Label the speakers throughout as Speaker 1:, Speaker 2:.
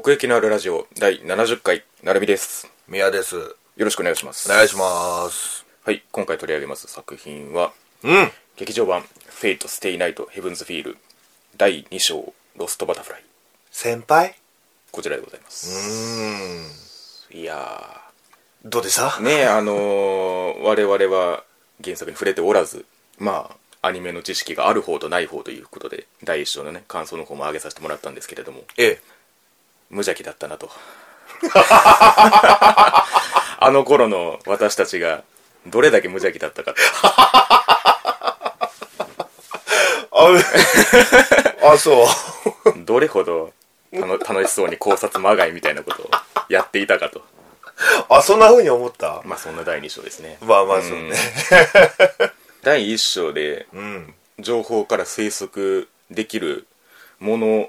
Speaker 1: 奥行きのあるラジオ第70回なるみです
Speaker 2: 宮です。
Speaker 1: よろしくお願いします
Speaker 2: お願いします。
Speaker 1: はい今回取り上げます作品は
Speaker 2: うん。
Speaker 1: 劇場版「フェイト・ステイ・ナイト・ヘブンズ・フィール」第2章「ロスト・バタフライ
Speaker 2: 先輩」
Speaker 1: こちらでございます
Speaker 2: うん。
Speaker 1: いや
Speaker 2: どうでした
Speaker 1: ーねえあのー、 我々は原作に触れておらずまあアニメの知識がある方とない方ということで第1章のね感想の方も上げさせてもらったんですけれども
Speaker 2: ええ。
Speaker 1: 無邪気だったなとあの頃の私たちがどれだけ無邪気だったか
Speaker 2: あ、 あそう。
Speaker 1: どれほどたの楽しそうに考察まがいみたいなことをやっていたかと
Speaker 2: あ、そんな風に思った
Speaker 1: まあそんな第2章ですね
Speaker 2: まあまあそうね。
Speaker 1: 第1章で
Speaker 2: うん。
Speaker 1: 情報から推測できるもの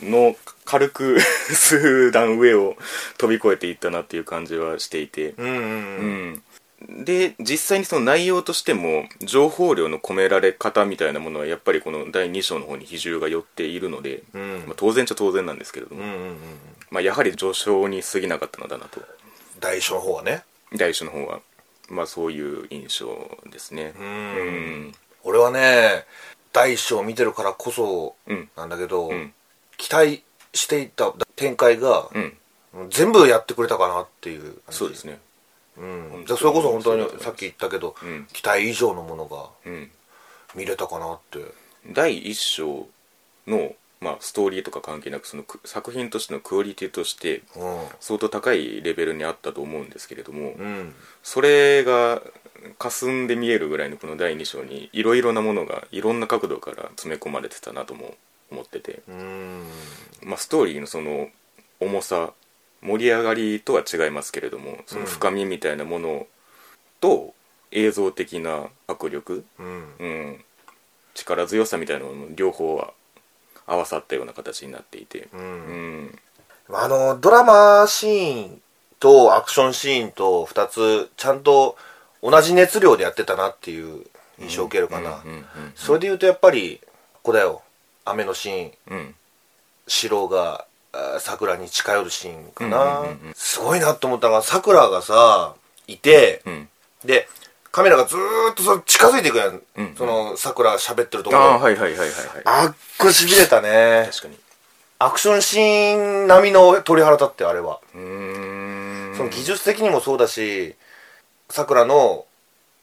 Speaker 1: の軽く数段上を飛び越えていったなっていう感じはしていて、
Speaker 2: うんうん
Speaker 1: うん、で実際にその内容としても情報量の込められ方みたいなものはやっぱりこの第2章の方に比重が寄っているので、
Speaker 2: ん
Speaker 1: まあ、当然っちゃ当然なんですけれども、
Speaker 2: うん。うんうんうん。
Speaker 1: まあ、やはり序章に過ぎなかったのだなと
Speaker 2: 大将の方はね。
Speaker 1: 第1章の方は、まあ、そういう印象ですねうん
Speaker 2: ん俺はね、大将を見てるからこそ
Speaker 1: うん
Speaker 2: なんだけど、
Speaker 1: ん
Speaker 2: 期待していた展開が、
Speaker 1: うん
Speaker 2: 全部やってくれたかなっていう。
Speaker 1: そうですね
Speaker 2: うん。じゃあそれこそ本当にさっき言ったけど、
Speaker 1: ん
Speaker 2: 期待以上のものが
Speaker 1: うん
Speaker 2: 見れたかなって。
Speaker 1: 第1章の、まあ、ストーリーとか関係なくそのく作品としてのクオリティとして
Speaker 2: うん。
Speaker 1: 相当高いレベルにあったと思うんですけれども、
Speaker 2: うん。
Speaker 1: それが霞んで見えるぐらいのこの第2章にいろいろなものがいろんな角度から詰め込まれてたなとも思ってて、
Speaker 2: うん。
Speaker 1: まあ、ストーリーのその重さ盛り上がりとは違いますけれどもその深みみたいなものと映像的な迫力、
Speaker 2: うん。
Speaker 1: うん、力強さみたいなものも両方は合わさったような形になっていて、
Speaker 2: う。
Speaker 1: うんん、
Speaker 2: あの、ドラマシーンとアクションシーンと二つ、ちゃんと同じ熱量でやってたなっていう印象を受けるかな。
Speaker 1: うんうん
Speaker 2: それで言うとやっぱり、ここだよ。雨のシーン、
Speaker 1: うん
Speaker 2: 城があー桜に近寄るシーンかな。
Speaker 1: うんうんうんうん
Speaker 2: すごいなと思ったのが、桜がさ、いて、
Speaker 1: うん
Speaker 2: で、カメラがずーっとその近づいていくやん。
Speaker 1: うんうん
Speaker 2: その桜喋ってるとこ
Speaker 1: あ
Speaker 2: ろ。
Speaker 1: あはいはいはいはいはい
Speaker 2: あっこしびれたね。
Speaker 1: 確かに
Speaker 2: アクションシーン並みの鳥肌立ってあれは、
Speaker 1: うーん
Speaker 2: その技術的にもそうだしさくらの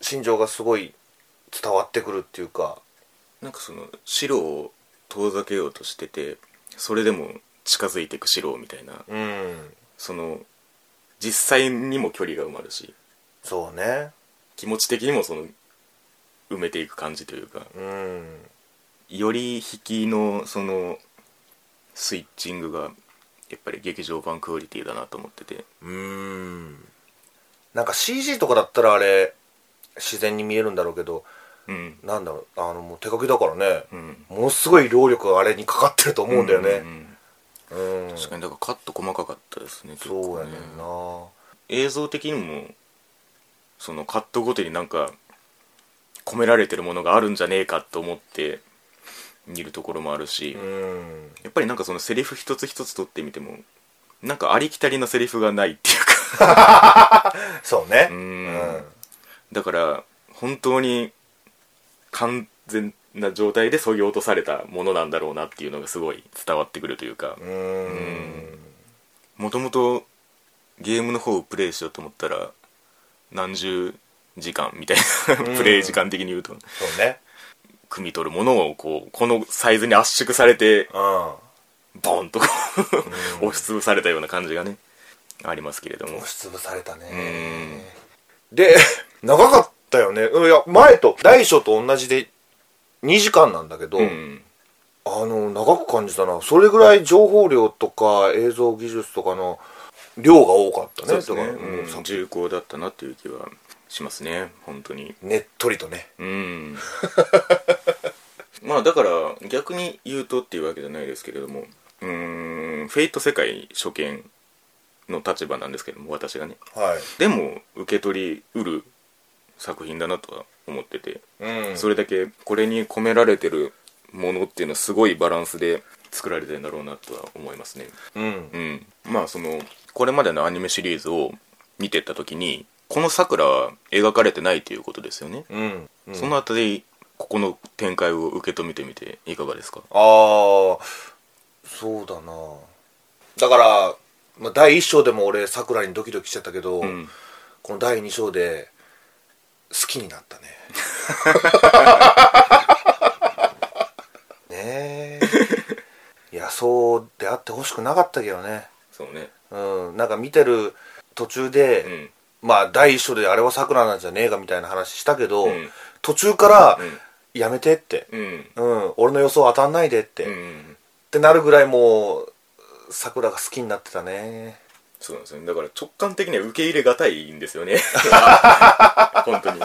Speaker 2: 心情がすごい伝わってくるっていうか
Speaker 1: なんかその白を遠ざけようとしててそれでも近づいていく白みたいな
Speaker 2: うん
Speaker 1: その実際にも距離が埋まるし
Speaker 2: そうね
Speaker 1: 気持ち的にもその埋めていく感じというか
Speaker 2: うん
Speaker 1: より引きのそのスイッチングがやっぱり劇場版クオリティだなと思ってて
Speaker 2: うんなんか CG とかだったらあれ自然に見えるんだろうけど
Speaker 1: うん
Speaker 2: なんだろうあのもう手書きだからね、
Speaker 1: うん
Speaker 2: ものすごい労力があれにかかってると思うんだよ
Speaker 1: う
Speaker 2: ね
Speaker 1: ん
Speaker 2: うん、
Speaker 1: 確かにだからカット細かかったですね結
Speaker 2: そう
Speaker 1: 構
Speaker 2: や
Speaker 1: ね
Speaker 2: ねんな
Speaker 1: 映像的にもそのカットごとになんか込められてるものがあるんじゃねえかと思って見るところもあるし、
Speaker 2: うん
Speaker 1: やっぱりなんかそのセリフ一つ一つ取ってみてもなんかありきたりなセリフがないっていうか
Speaker 2: そうね
Speaker 1: う
Speaker 2: うん
Speaker 1: んだから本当に完全な状態でそぎ落とされたものなんだろうなっていうのがすごい伝わってくるというか
Speaker 2: うーん
Speaker 1: もともとゲームの方をプレイしようと思ったら何十時間みたいな プレイ時間的に言うと
Speaker 2: そうね。
Speaker 1: 汲み取るものをこうこのサイズに圧縮されて
Speaker 2: う
Speaker 1: ボンとこう押しつぶされたような感じがねありますけれど
Speaker 2: ん。
Speaker 1: も
Speaker 2: 押しつぶされたね。で、 長かったよね。うんいや、前と、大小と同じで2時間なんだけど、
Speaker 1: うん
Speaker 2: あの、長く感じたな。それぐらい情報量とか映像技術とかの量が多かったね。
Speaker 1: そうですね、
Speaker 2: だからもう
Speaker 1: うん、
Speaker 2: さ
Speaker 1: 重厚だったなっていう気はしますね本当に
Speaker 2: ねっとりとね。
Speaker 1: うん まあだから逆に言うとっていうわけじゃないですけれどもうーんフェイト世界初見の立場なんですけども私がね
Speaker 2: はい。
Speaker 1: でも受け取りうる作品だなとは思ってて、
Speaker 2: うん。
Speaker 1: それだけこれに込められてるものっていうのはすごいバランスで作られてるんだろうなとは思いますね
Speaker 2: うん
Speaker 1: うんまあそのこれまでのアニメシリーズを見てった時にこのさくらは描かれてないということですよね、
Speaker 2: うんうん
Speaker 1: そのあたりここの展開を受け止めてみていかがですか
Speaker 2: ああそうだなだから、まあ、第1章でも俺さくらにドキドキしちゃったけど、
Speaker 1: うん
Speaker 2: この第2章で好きに なったねねえいやそうであってほしくなかったけどね
Speaker 1: そうね
Speaker 2: うんなんか見てる途中で、
Speaker 1: うん
Speaker 2: まあ第1章であれはさくらなんじゃねえかみたいな話したけど、
Speaker 1: うん
Speaker 2: 途中から、
Speaker 1: うん
Speaker 2: やめてって、
Speaker 1: うん
Speaker 2: うん、俺の予想当たんないでって、
Speaker 1: うんう
Speaker 2: っ
Speaker 1: ん
Speaker 2: てなるぐらいもう桜が好きになってたね
Speaker 1: そうなんですよねだから直感的には受け入れがたいんですよね本当に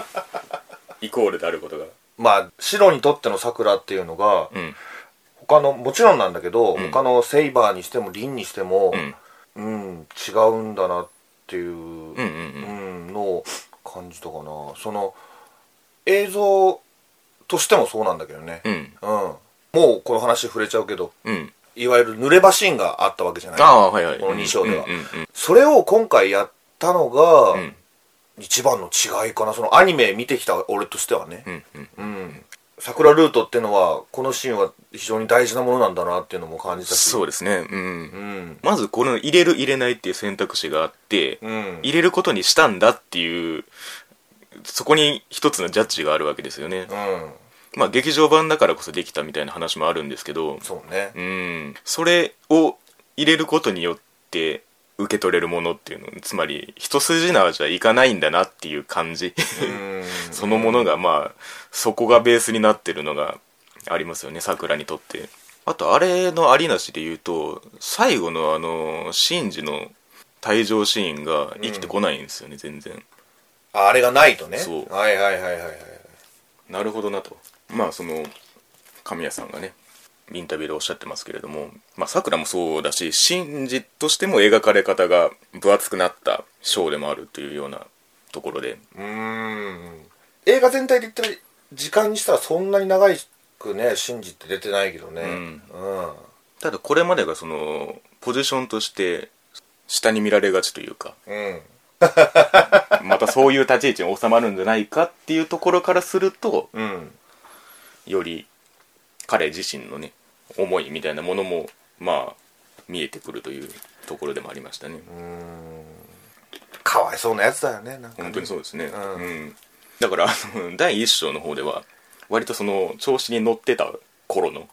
Speaker 1: イコールであることが
Speaker 2: まあ白にとっての桜っていうのが、
Speaker 1: うん
Speaker 2: 他のもちろんなんだけど、
Speaker 1: ん
Speaker 2: 他のセイバーにしても凛にしても
Speaker 1: うん、
Speaker 2: うん、違うんだなっていう、
Speaker 1: うんうんうん
Speaker 2: うんのを感じたかなその映像としてもそうなんだけどね、
Speaker 1: うん
Speaker 2: うんもうこの話触れちゃうけど
Speaker 1: うん
Speaker 2: いわゆる濡れ場シーンがあったわけじゃない
Speaker 1: ああはいはい
Speaker 2: この二章では
Speaker 1: うんうん
Speaker 2: それを今回やったのが、
Speaker 1: うん
Speaker 2: 一番の違いかなそのアニメ見てきた俺としてはね
Speaker 1: う、んうん
Speaker 2: うん、桜ルートってのはこのシーンは非常に大事なものなんだなっていうのも感じたし、
Speaker 1: そううですねうん
Speaker 2: ん
Speaker 1: まずこの入れる入れないっていう選択肢があって、
Speaker 2: うん、
Speaker 1: 入れることにしたんだっていうそこに一つのジャッジがあるわけですよね、
Speaker 2: うん、
Speaker 1: まあ劇場版だからこそできたみたいな話もあるんですけど
Speaker 2: そうね
Speaker 1: うんそれを入れることによって受け取れるものっていうのつまり一筋縄じゃいかないんだなっていう感じ
Speaker 2: うん
Speaker 1: そのものがまあそこがベースになってるのがありますよねさくらにとってあとあれのありなしで言うと最後のあのシンジの退場シーンが生きてこないんですよね、全然
Speaker 2: ああれがないとね
Speaker 1: そう
Speaker 2: はいはいはいはいはい
Speaker 1: なるほどなとまあその神谷さんがねインタビューでおっしゃってますけれどもまあさくらもそうだし真実としても描かれ方が分厚くなったショーでもあるというようなところで
Speaker 2: うん映画全体で言ったら時間にしたらそんなに長いくね信じて出てないけどね
Speaker 1: ん
Speaker 2: うん
Speaker 1: ただこれまでがそのポジションとして下に見られがちというか
Speaker 2: うん
Speaker 1: またそういう立ち位置に収まるんじゃないかっていうところからすると
Speaker 2: うん
Speaker 1: より彼自身のね思いみたいなものもまあ見えてくるというところでもありましたね、
Speaker 2: かわいそうなやつだよねなんかね
Speaker 1: 本当にそうですね、うん
Speaker 2: ん
Speaker 1: だからあの第1章の方では割とその調子に乗ってた頃の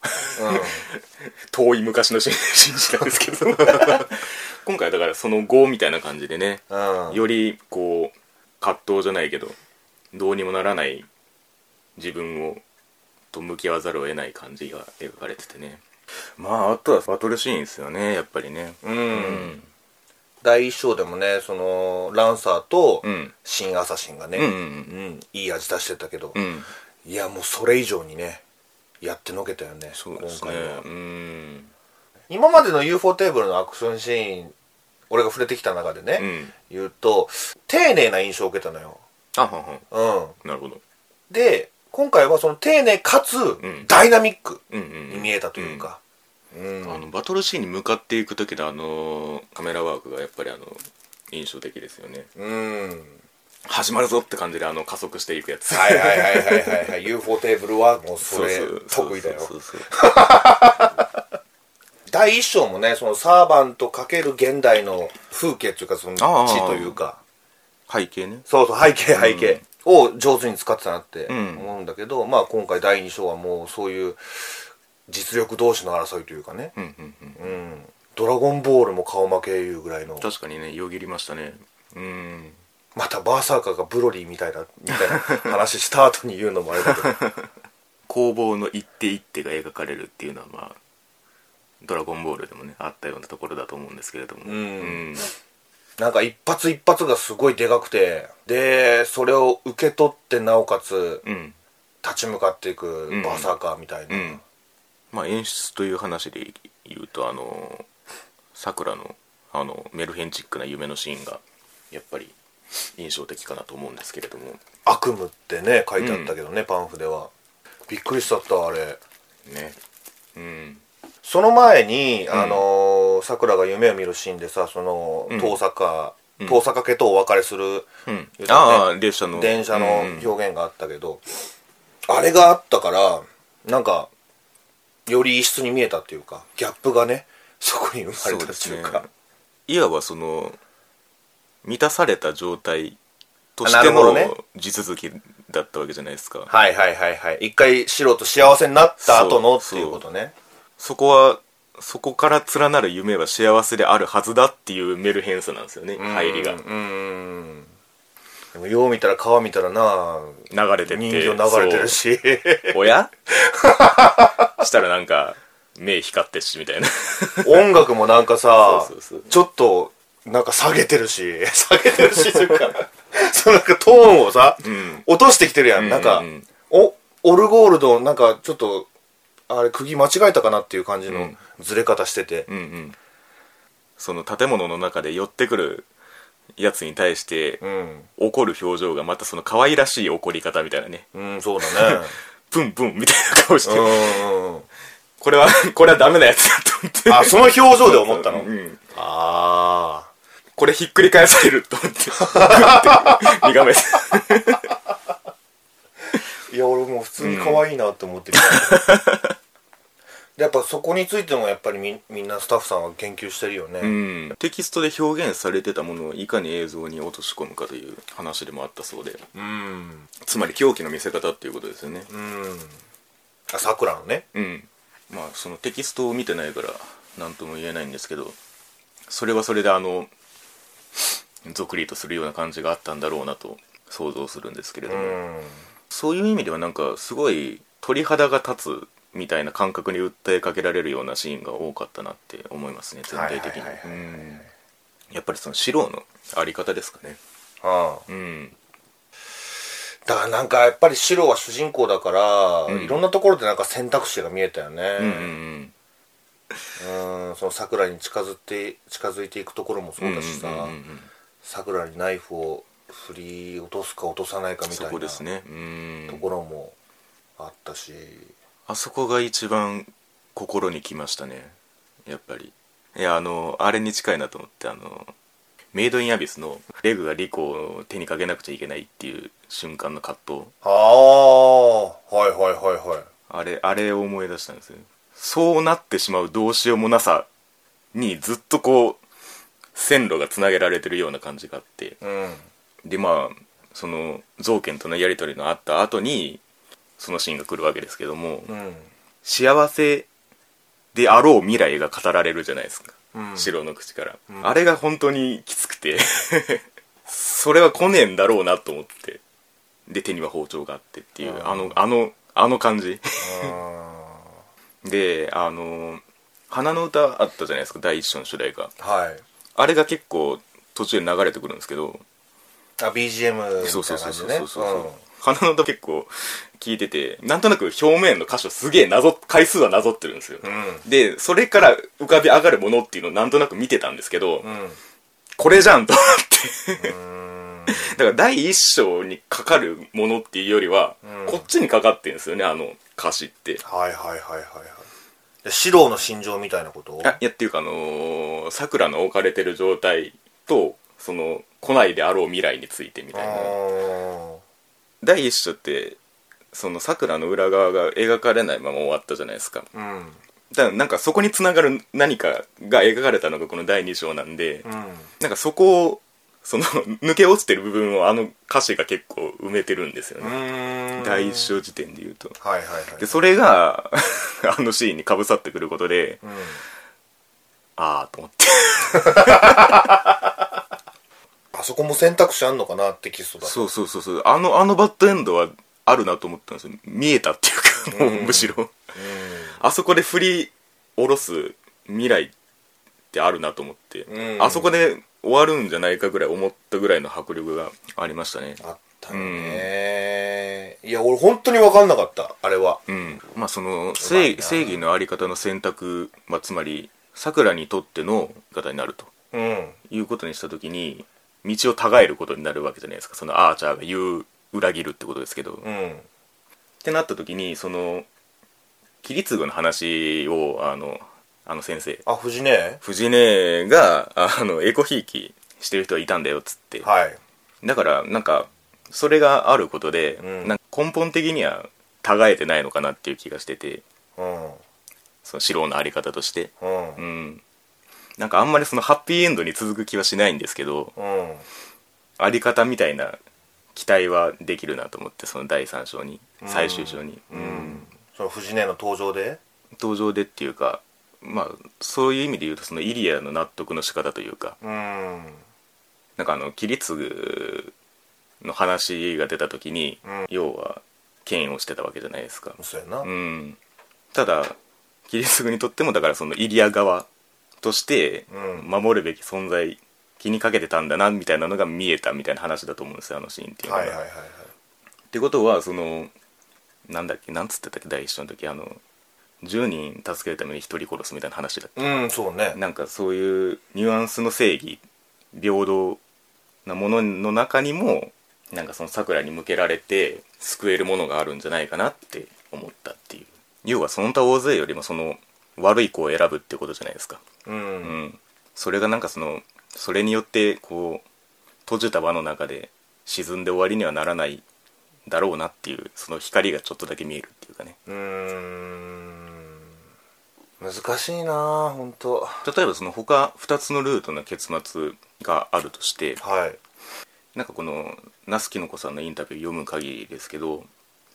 Speaker 1: 遠い昔の信じなんですけど今回はだからその後みたいな感じでね
Speaker 2: うん、うん、
Speaker 1: よりこう葛藤じゃないけどどうにもならない自分をと向き合わざるを得ない感じが描かれててねまああとはバトルシーンですよねやっぱりね
Speaker 2: うん、第一章でもねそのランサーと
Speaker 1: うん
Speaker 2: 新アサシンがね、
Speaker 1: うんうん
Speaker 2: うんいい味出してたけど、
Speaker 1: うんうん
Speaker 2: いやもうそれ以上にねやってのけたよね
Speaker 1: そうです
Speaker 2: 今
Speaker 1: ね
Speaker 2: 回は
Speaker 1: うん
Speaker 2: 今までの UFO テーブルのアクションシーン俺が触れてきた中でね、
Speaker 1: うん
Speaker 2: 言うと丁寧な印象を受けたのよ、
Speaker 1: あはんはん
Speaker 2: うん、
Speaker 1: なるほど
Speaker 2: で今回はその丁寧かつ
Speaker 1: ん
Speaker 2: ダイナミック
Speaker 1: うんうんう
Speaker 2: に
Speaker 1: ん
Speaker 2: 見えたというか、うん
Speaker 1: あのバトルシーンに向かっていく時のあのカメラワークがやっぱりあの印象的ですよね
Speaker 2: うん
Speaker 1: 始まるぞって感じであの加速していくやつ
Speaker 2: はいはいはいはいはい、はい、UFO テーブルはもうそれ得意だよ
Speaker 1: そうそうそう
Speaker 2: 第一章もねそのサーバントかける現代の風景というかその
Speaker 1: ああ
Speaker 2: 地というか
Speaker 1: 背景ね
Speaker 2: そうそう背景背景を上手に使ってたなって
Speaker 1: ん
Speaker 2: 思うんだけど、まあ今回第二章はもうそういう実力同士の争いというかね、
Speaker 1: うんうんうん
Speaker 2: うん、ドラゴンボールも顔負けいうぐらいの
Speaker 1: 確かにねよぎりましたねうん
Speaker 2: またバーサーカーがブロリーみたいなみたいな話した後に言うのもあれだけど
Speaker 1: 攻防の一手一手が描かれるっていうのはまあドラゴンボールでもねあったようなところだと思うんですけれどもうんうん
Speaker 2: なんか一発一発がすごいでかくてでそれを受け取ってなおかつ
Speaker 1: うん
Speaker 2: 立ち向かっていく
Speaker 1: うん
Speaker 2: バーサーカーみたいな、
Speaker 1: うんまあ演出という話で言うとあのさくらのあのメルヘンチックな夢のシーンがやっぱり印象的かなと思うんですけれども
Speaker 2: 悪夢ってね書いてあったけどね、パンフではびっくりしちゃったあれ
Speaker 1: ねうん
Speaker 2: その前に、あのさくらが夢を見るシーンでさその
Speaker 1: うん
Speaker 2: 遠坂、
Speaker 1: ん
Speaker 2: 遠坂家とお別れする、
Speaker 1: うん
Speaker 2: 言うたらね
Speaker 1: ああ列車の
Speaker 2: 電車の
Speaker 1: うん
Speaker 2: 表現があったけど、あれがあったからなんかより異質に見えたっていうかギャップがねそこに生まれたってい
Speaker 1: そ
Speaker 2: う
Speaker 1: うです
Speaker 2: か
Speaker 1: ねいわばその満たされた状態と
Speaker 2: あ
Speaker 1: し
Speaker 2: な
Speaker 1: て
Speaker 2: るほど
Speaker 1: の
Speaker 2: ね
Speaker 1: 地続きだったわけじゃないですか、
Speaker 2: はいはいはいはい一回素人幸せになった後のっていうことね
Speaker 1: そこはそこから連なる夢は幸せであるはずだっていうメルヘンさなんですよね入りが
Speaker 2: うんうんでもよう見たら川見たらな
Speaker 1: 流れてって
Speaker 2: 人形流れてるし
Speaker 1: そうお やしたらなんか目光ってっしみたいな
Speaker 2: 音楽もなんかさ
Speaker 1: そうそうそう
Speaker 2: ちょっとなんか下げてるし 下げてるしという かそのなんかトーンをさ、
Speaker 1: ん
Speaker 2: 落としてきてるやん,、
Speaker 1: うん
Speaker 2: なんか
Speaker 1: うん
Speaker 2: おオルゴールドなんかちょっとあれ釘間違えたかなっていう感じ
Speaker 1: う
Speaker 2: の
Speaker 1: ん
Speaker 2: ずれ方してて、
Speaker 1: うんうんその建物の中で寄ってくるやつに対して
Speaker 2: うん
Speaker 1: 怒る表情がまたその可愛らしい怒り方みたいなね
Speaker 2: うん、そうだ ね
Speaker 1: プンプンみたいな顔して、
Speaker 2: うん
Speaker 1: これはこれはダメなやつだと思って
Speaker 2: あその表情で思ったの、
Speaker 1: うん
Speaker 2: ああ
Speaker 1: これひっくり返されると思ってグッて見がめて
Speaker 2: いや俺もう普通に可愛いなって思ってる、 でやっぱそこについてもやっぱりみみんなスタッフさんは研究してるよね、
Speaker 1: うんテキストで表現されてたものをいかに映像に落とし込むかという話でもあったそうで
Speaker 2: うん
Speaker 1: つまり狂気の見せ方っていうことですよね
Speaker 2: うんあさくらのね
Speaker 1: うんまあそのテキストを見てないから何とも言えないんですけどそれはそれであのゾクリとするような感じがあったんだろうなと想像するんですけれど
Speaker 2: う
Speaker 1: も、
Speaker 2: ん
Speaker 1: そういう意味ではなんかすごい鳥肌が立つみたいな感覚に訴えかけられるようなシーンが多かったなって思いますね全体的に
Speaker 2: はいはいはいはいは
Speaker 1: う
Speaker 2: い
Speaker 1: んやっぱりその素人のあり方ですかね
Speaker 2: ああ
Speaker 1: うん
Speaker 2: だからなんかやっぱり白は主人公だから、
Speaker 1: うん
Speaker 2: いろんなところでなんか選択肢が見えたよね
Speaker 1: うんうんうん
Speaker 2: うんその桜に近づいて近づいていくところもそうだしさ、
Speaker 1: うんうんうんうん
Speaker 2: 桜にナイフを振り落とすか落とさないかみた
Speaker 1: そ
Speaker 2: いな
Speaker 1: こです
Speaker 2: と
Speaker 1: ねうん
Speaker 2: ころもあったし、
Speaker 1: あそこが一番心にきましたねやっぱりいやあのあれに近いなと思ってあのメイド・イン・アビスのレグがリコを手にかけなくちゃいけないっていう瞬間の葛藤
Speaker 2: ああはいはいはいはい
Speaker 1: あれ、あれを思い出したんですよ。そうなってしまうどうしようもなさにずっとこう、線路がつなげられてるような感じがあって。
Speaker 2: うん
Speaker 1: で、まあ、その、造剣とのやりとりのあった後に、そのシーンが来るわけですけども、
Speaker 2: うん
Speaker 1: 幸せであろう未来が語られるじゃないですか。
Speaker 2: うん
Speaker 1: 四郎の口から、
Speaker 2: ん
Speaker 1: あれが本当にきつくて、 それは来ねえんだろうなと思って。で、手には包丁があってっていう、あの、あの、あの感じ。
Speaker 2: あ
Speaker 1: であの「花の歌」あったじゃないですか第一章の主題歌
Speaker 2: ーはい
Speaker 1: あれが結構途中で流れてくるんですけど
Speaker 2: あ BGM み
Speaker 1: そう
Speaker 2: た
Speaker 1: そ
Speaker 2: いう
Speaker 1: そう
Speaker 2: な感じ
Speaker 1: そう
Speaker 2: でね
Speaker 1: そうそう花の歌結構聞いててなんとなく表面の箇所すげえなぞ回数はなぞってるんですよ、
Speaker 2: う
Speaker 1: でそれから浮かび上がるものっていうのをなんとなく見てたんですけど、
Speaker 2: んうん
Speaker 1: これじゃんと思って
Speaker 2: うん
Speaker 1: だから第一章にかかるものっていうよりは、
Speaker 2: うん
Speaker 1: こっちにかかってるんですよねあの歌詞って
Speaker 2: はいはいはいはいはい四郎の心情みたいなこと
Speaker 1: あいやっていうかあのさくらの置かれてる状態とその来ないであろう未来についてみ
Speaker 2: あ
Speaker 1: たいな
Speaker 2: ー
Speaker 1: 第一章ってそのさくらの裏側が描かれないまま終わったじゃないですか
Speaker 2: うん
Speaker 1: だからなんかそこにつながる何かが描かれたのがこの第二章なんで、
Speaker 2: うん
Speaker 1: なんかそこをその 抜け落ちてる部分をあの歌詞が結構埋めてるんですよ
Speaker 2: う
Speaker 1: ね、
Speaker 2: ーん
Speaker 1: 第一章時点で言うと
Speaker 2: はいはいはい
Speaker 1: でそれが あのシーンにかぶさってくることで
Speaker 2: うん
Speaker 1: ああと思って
Speaker 2: あそこも選択肢あんのかなテキストだと
Speaker 1: そうそうそうそうあのあのバッドエンドはあるなと思ったんですよ見えたっていうかもうむしろ、あそこで振り下ろす未来ってあるなと思って、
Speaker 2: うん
Speaker 1: あそこで終わるんじゃないかぐらい思ったぐらいの迫力がありましたね
Speaker 2: あったねいや俺本当に分かんなかったあれは
Speaker 1: うんまあその
Speaker 2: うまい
Speaker 1: 正
Speaker 2: な
Speaker 1: 正義のあり方の選択、まあ、つまりさくらにとっての方になると
Speaker 2: うん
Speaker 1: いうことにした時に道をたがえることになるわけじゃないですかそのアーチャーが言う裏切るってことですけど、
Speaker 2: うん
Speaker 1: ってなった時にその切り継ぐの話をあのあの先生
Speaker 2: あ藤ね
Speaker 1: 藤根があのエコひいきしてる人はいたんだよっつって、
Speaker 2: はい
Speaker 1: だからなんかそれがあることで、
Speaker 2: うん
Speaker 1: なんか根本的には違えてないのかなっていう気がしてて
Speaker 2: うん
Speaker 1: その素人のあり方として
Speaker 2: うん
Speaker 1: うんなんかあんまりそのハッピーエンドに続く気はしないんですけど
Speaker 2: うん
Speaker 1: あり方みたいな期待はできるなと思ってその第3章に最終章に、うん
Speaker 2: その藤ねの登場で
Speaker 1: 登場でっていうかまあそういう意味で言うとそのイリアの納得の仕方というか
Speaker 2: うん
Speaker 1: なんかあの桐次の話が出た時に、
Speaker 2: うん
Speaker 1: 要は権威をしてたわけじゃないですか、
Speaker 2: そうやな
Speaker 1: うん、ただ桐次にとってもだからそのイリア側として
Speaker 2: うん
Speaker 1: 守るべき存在気にかけてたんだなみたいなのが見えたみたいな話だと思うんですよあのシーンっていうの
Speaker 2: は
Speaker 1: が、
Speaker 2: いはいはいはい
Speaker 1: ってことはそのなんだっけなんつってたっけ第一章の時あの10人助けるために1人殺すみたいな話だっけ
Speaker 2: うんそうね
Speaker 1: なんかそういうニュアンスの正義平等なものの中にもなんかその桜に向けられて救えるものがあるんじゃないかなって思ったっていう要はその他大勢よりもその悪い子を選ぶってことじゃないですか
Speaker 2: う
Speaker 1: うんんそれがなんかそのそれによってこう閉じた輪の中で沈んで終わりにはならないだろうなっていうその光がちょっとだけ見えるっていうかね
Speaker 2: うん難しいな本当
Speaker 1: 例えばその他2つのルートの結末があるとして
Speaker 2: はい
Speaker 1: なんかこの那須きのこさんのインタビュー読む限りですけど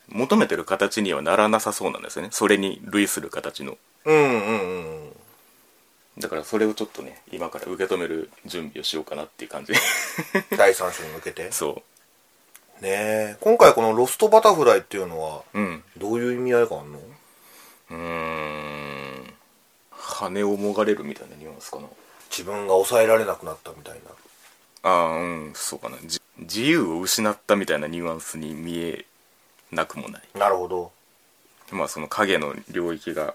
Speaker 1: 求めてる形にはならなさそうなんですよねそれに類する形の
Speaker 2: うんうんうん
Speaker 1: だからそれをちょっとね今から受け止める準備をしようかなっていう感じ
Speaker 2: 第3章に向けてね
Speaker 1: そ
Speaker 2: え今回この「ロストバタフライ」っていうのは
Speaker 1: ううん
Speaker 2: どういう意味合いがあるの
Speaker 1: うーん羽をもがれるみたいなニュアンスかな
Speaker 2: 自分が抑えられなくなったみたいな
Speaker 1: ああうんそうかなじ自由を失ったみたいなニュアンスに見えなくもない
Speaker 2: なるほど
Speaker 1: まあその影の領域が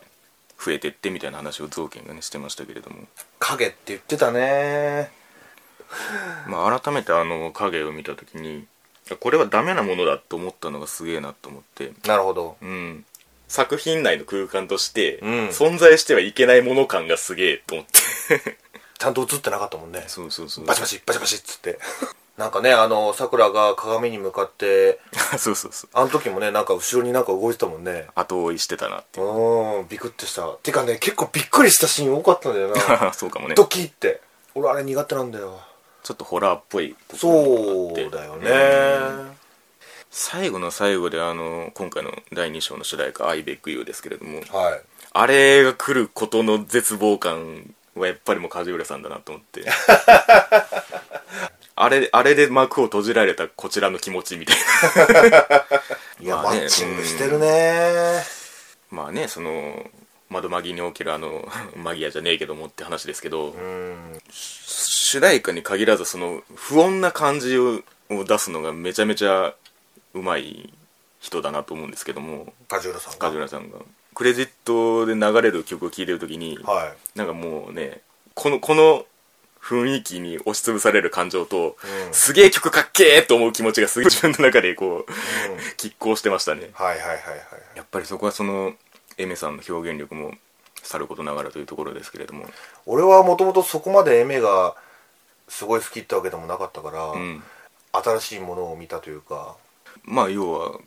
Speaker 1: 増えてってみたいな話を造形がねしてましたけれども
Speaker 2: 影って言ってたね
Speaker 1: まあ、改めてあの影を見た時にこれはダメなものだと思ったのがすげえなと思って、
Speaker 2: なるほど
Speaker 1: うん、作品内の空間として、
Speaker 2: うん
Speaker 1: 存在してはいけないもの感がすげえと思って
Speaker 2: ちゃんと映ってなかったもんね
Speaker 1: そうそうそう
Speaker 2: バチバチバチバチっつってなんかねあのさくらが鏡に向かって
Speaker 1: そうそうそう
Speaker 2: あの時もねなんか後ろになんか動いてたもんね
Speaker 1: 後追いしてたなって
Speaker 2: うーんビクッてしたてかね結構びっくりしたシーン多かったんだよな
Speaker 1: そうかも ねち
Speaker 2: ド
Speaker 1: ょ
Speaker 2: キって俺あれ苦手なんだよ
Speaker 1: っとホラーっぽいところがあ
Speaker 2: そ
Speaker 1: って
Speaker 2: うだよ
Speaker 1: うん
Speaker 2: ね
Speaker 1: 最後の最後であの今回の第2章の主題歌「アイベックユー」ですけれども
Speaker 2: はい
Speaker 1: あれが来ることの絶望感はやっぱりもう梶浦さんだなと思って あれあれで幕を閉じられたこちらの気持ちみたいな
Speaker 2: いや、
Speaker 1: まあね
Speaker 2: マッチングしてるね
Speaker 1: うんまあねその窓マギにおけるあの マギアじゃねえけどもって話ですけど、
Speaker 2: うん
Speaker 1: 主題歌に限らずその不穏な感じをを出すのがめちゃめちゃうまい人だなと思うんですけども
Speaker 2: 梶浦さんが
Speaker 1: 梶浦さんがクレジットで流れる曲を聴いてる時に、
Speaker 2: は
Speaker 1: なんかもうねこのこの雰囲気に押しつぶされる感情と、
Speaker 2: うん
Speaker 1: すげえ曲かっけーと思う気持ちがすごい自分の中でこう
Speaker 2: い、うん、
Speaker 1: 拮抗してましたね
Speaker 2: はいはいはいはい
Speaker 1: やっぱりそこはそのエメさんの表現力もさることながらというところですけれども
Speaker 2: 俺はもともとそこまでエメがすごい好きってわけでもなかったから、
Speaker 1: うん
Speaker 2: 新しいものを見たというか
Speaker 1: まあ要は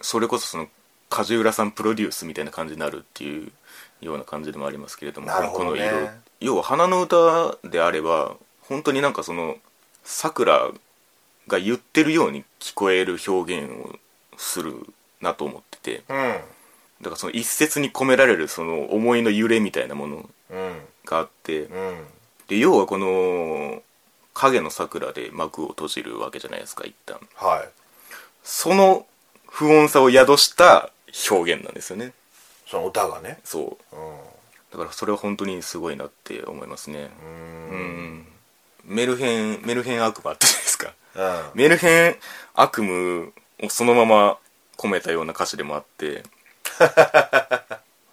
Speaker 1: それこそその梶浦さんプロデュースみたいな感じになるっていうような感じでもありますけれども
Speaker 2: なるほどね
Speaker 1: この色要は花の歌であれば本当になんかそのさくらが言ってるように聞こえる表現をするなと思ってて
Speaker 2: うん
Speaker 1: だからその一節に込められるその思いの揺れみたいなもの
Speaker 2: うん
Speaker 1: があって
Speaker 2: うん
Speaker 1: で要はこの「影の桜」で幕を閉じるわけじゃないですか一旦
Speaker 2: はい
Speaker 1: その不穏さを宿した表現なんですよね
Speaker 2: その歌がね
Speaker 1: そううだからそれは本当にすごいなって思いますね
Speaker 2: ん
Speaker 1: う
Speaker 2: うん
Speaker 1: んメルヘンメルヘン悪夢あったじゃないですか
Speaker 2: うん
Speaker 1: メルヘン悪夢をそのまま込めたような歌詞でもあって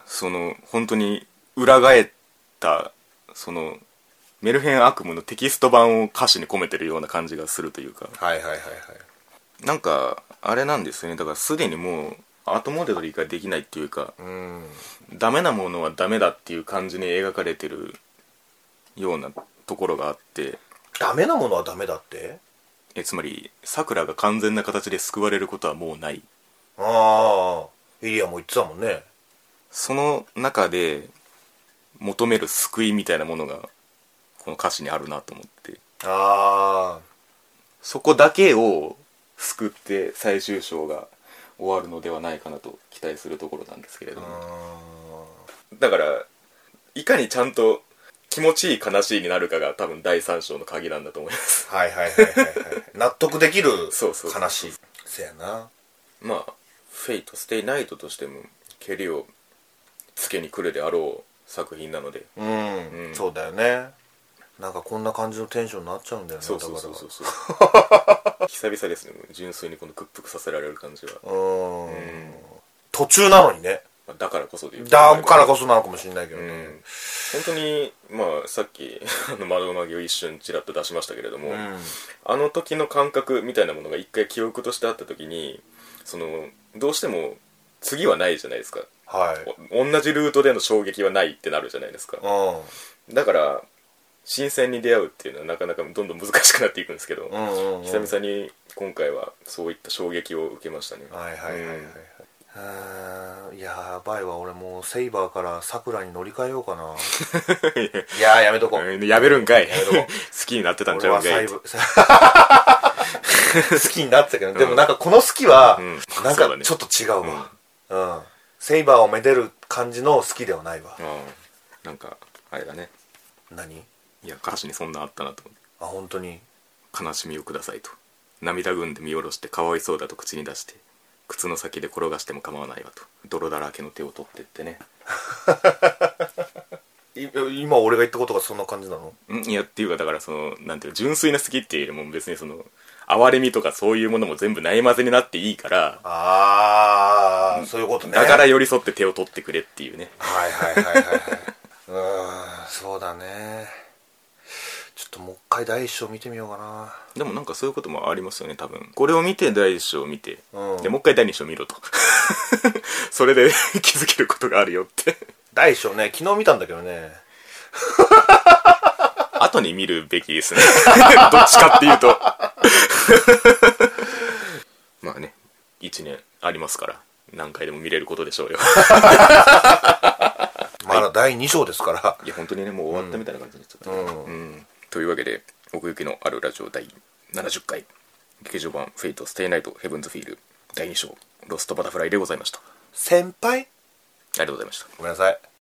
Speaker 1: その本当に裏返ったそのメルヘン悪夢のテキスト版を歌詞に込めてるような感じがするというか
Speaker 2: はいはいはいはい
Speaker 1: なんかあれなんですよねだからすでにもう後戻りができないっていうか
Speaker 2: うん
Speaker 1: ダメなものはダメだっていう感じに描かれてるようなところがあって
Speaker 2: ダメなものはダメだって
Speaker 1: えつまりさくらが完全な形で救われることはもうない
Speaker 2: ああイリアも言ってたもんね
Speaker 1: その中で求める救いみたいなものがこの歌詞にあるなと思って
Speaker 2: ああ
Speaker 1: そこだけを救って最終章が終わるのではないかなと期待するところなんですけれども、だからいかにちゃんと気持ちいい悲しいになるかが多分第3章の鍵なんだと思います
Speaker 2: はいはいはいはいはい納得できる
Speaker 1: そうそうそう
Speaker 2: 悲しいせやな
Speaker 1: まあフェイトステイナイトとしても蹴りをつけに来るであろう作品なので、
Speaker 2: うん、
Speaker 1: うん
Speaker 2: そうだよねなんかこんな感じのテンションになっちゃうんだよね
Speaker 1: そうそうそうそうそう 久々ですねもう純粋にこの屈服させられる感じは、
Speaker 2: だからうん
Speaker 1: ん
Speaker 2: 途中なのにね
Speaker 1: まあだからこそで言う
Speaker 2: だからこそなのかもしれないけど
Speaker 1: う
Speaker 2: ね、
Speaker 1: ん本当にまあさっきあの窓マギを一瞬ちらっと出しましたけれども、
Speaker 2: うん
Speaker 1: あの時の感覚みたいなものが一回記憶としてあった時にそのどうしても次はないじゃないですか
Speaker 2: はい
Speaker 1: お同じルートでの衝撃はないってなるじゃないですか
Speaker 2: うん
Speaker 1: だから新鮮に出会うっていうのはなかなかどんどん難しくなっていくんですけど、
Speaker 2: うんうんうん
Speaker 1: 久々に今回はそういった衝撃を受けましたね
Speaker 2: はいはいはいはいはい
Speaker 1: うん
Speaker 2: あーやばいわ俺もうセイバーからさくらに乗り換えよう かないやーやめとこう
Speaker 1: うんやめるんかい
Speaker 2: やめとこ
Speaker 1: 好きになってたんち
Speaker 2: 俺
Speaker 1: ゃ
Speaker 2: は
Speaker 1: うんかい
Speaker 2: 細部 好きになってたけど、でもなんかこの好きは
Speaker 1: うん、
Speaker 2: なん
Speaker 1: そうだ
Speaker 2: か
Speaker 1: ね
Speaker 2: ちょっと違うわ。うん。セイバーをめでる感じの好きではないわ
Speaker 1: う。んなんかあれだね
Speaker 2: 何
Speaker 1: いや歌詞にそんなあったなと思って
Speaker 2: あ、本当に。
Speaker 1: 悲しみをくださいと涙ぐんで見下ろしてかわいそうだと口に出して靴の先で転がしても構わないわと泥だらけの手を取ってってね
Speaker 2: い今俺が言ったことがそんな感じなの
Speaker 1: んいやっていうかだからそのなんていうの純粋な好きっていうよりも別にその哀れみとかそういうものも全部ないまぜになっていいから
Speaker 2: あー、そういうことね。
Speaker 1: だから寄り添って手を取ってくれっていうね
Speaker 2: はいはいはいはいはい。うーん、そうだね。ちょっともう一回第一章見てみようかな。
Speaker 1: でもなんかそういうこともありますよね多分これを見て第一章を見て、
Speaker 2: うん
Speaker 1: でもう一回第二章見ろと それで 気づけることがあるよって
Speaker 2: 第一章ね、昨日見たんだけどね。
Speaker 1: 後に見るべきですね どっちかっていうと まあね1年ありますから何回でも見れることでしょうよ
Speaker 2: まだ第二章ですから。
Speaker 1: いや本当にねもう終わったみたいな感じになっちゃった、
Speaker 2: うん
Speaker 1: うんというわけで奥行きのあるラジオ第70回劇場版「フェイトステイナイトヘブンズ・フィール」第2章「ロスト・バタフライ」でございましたあ
Speaker 2: 先輩
Speaker 1: りがとうございました
Speaker 2: ごめんなさい。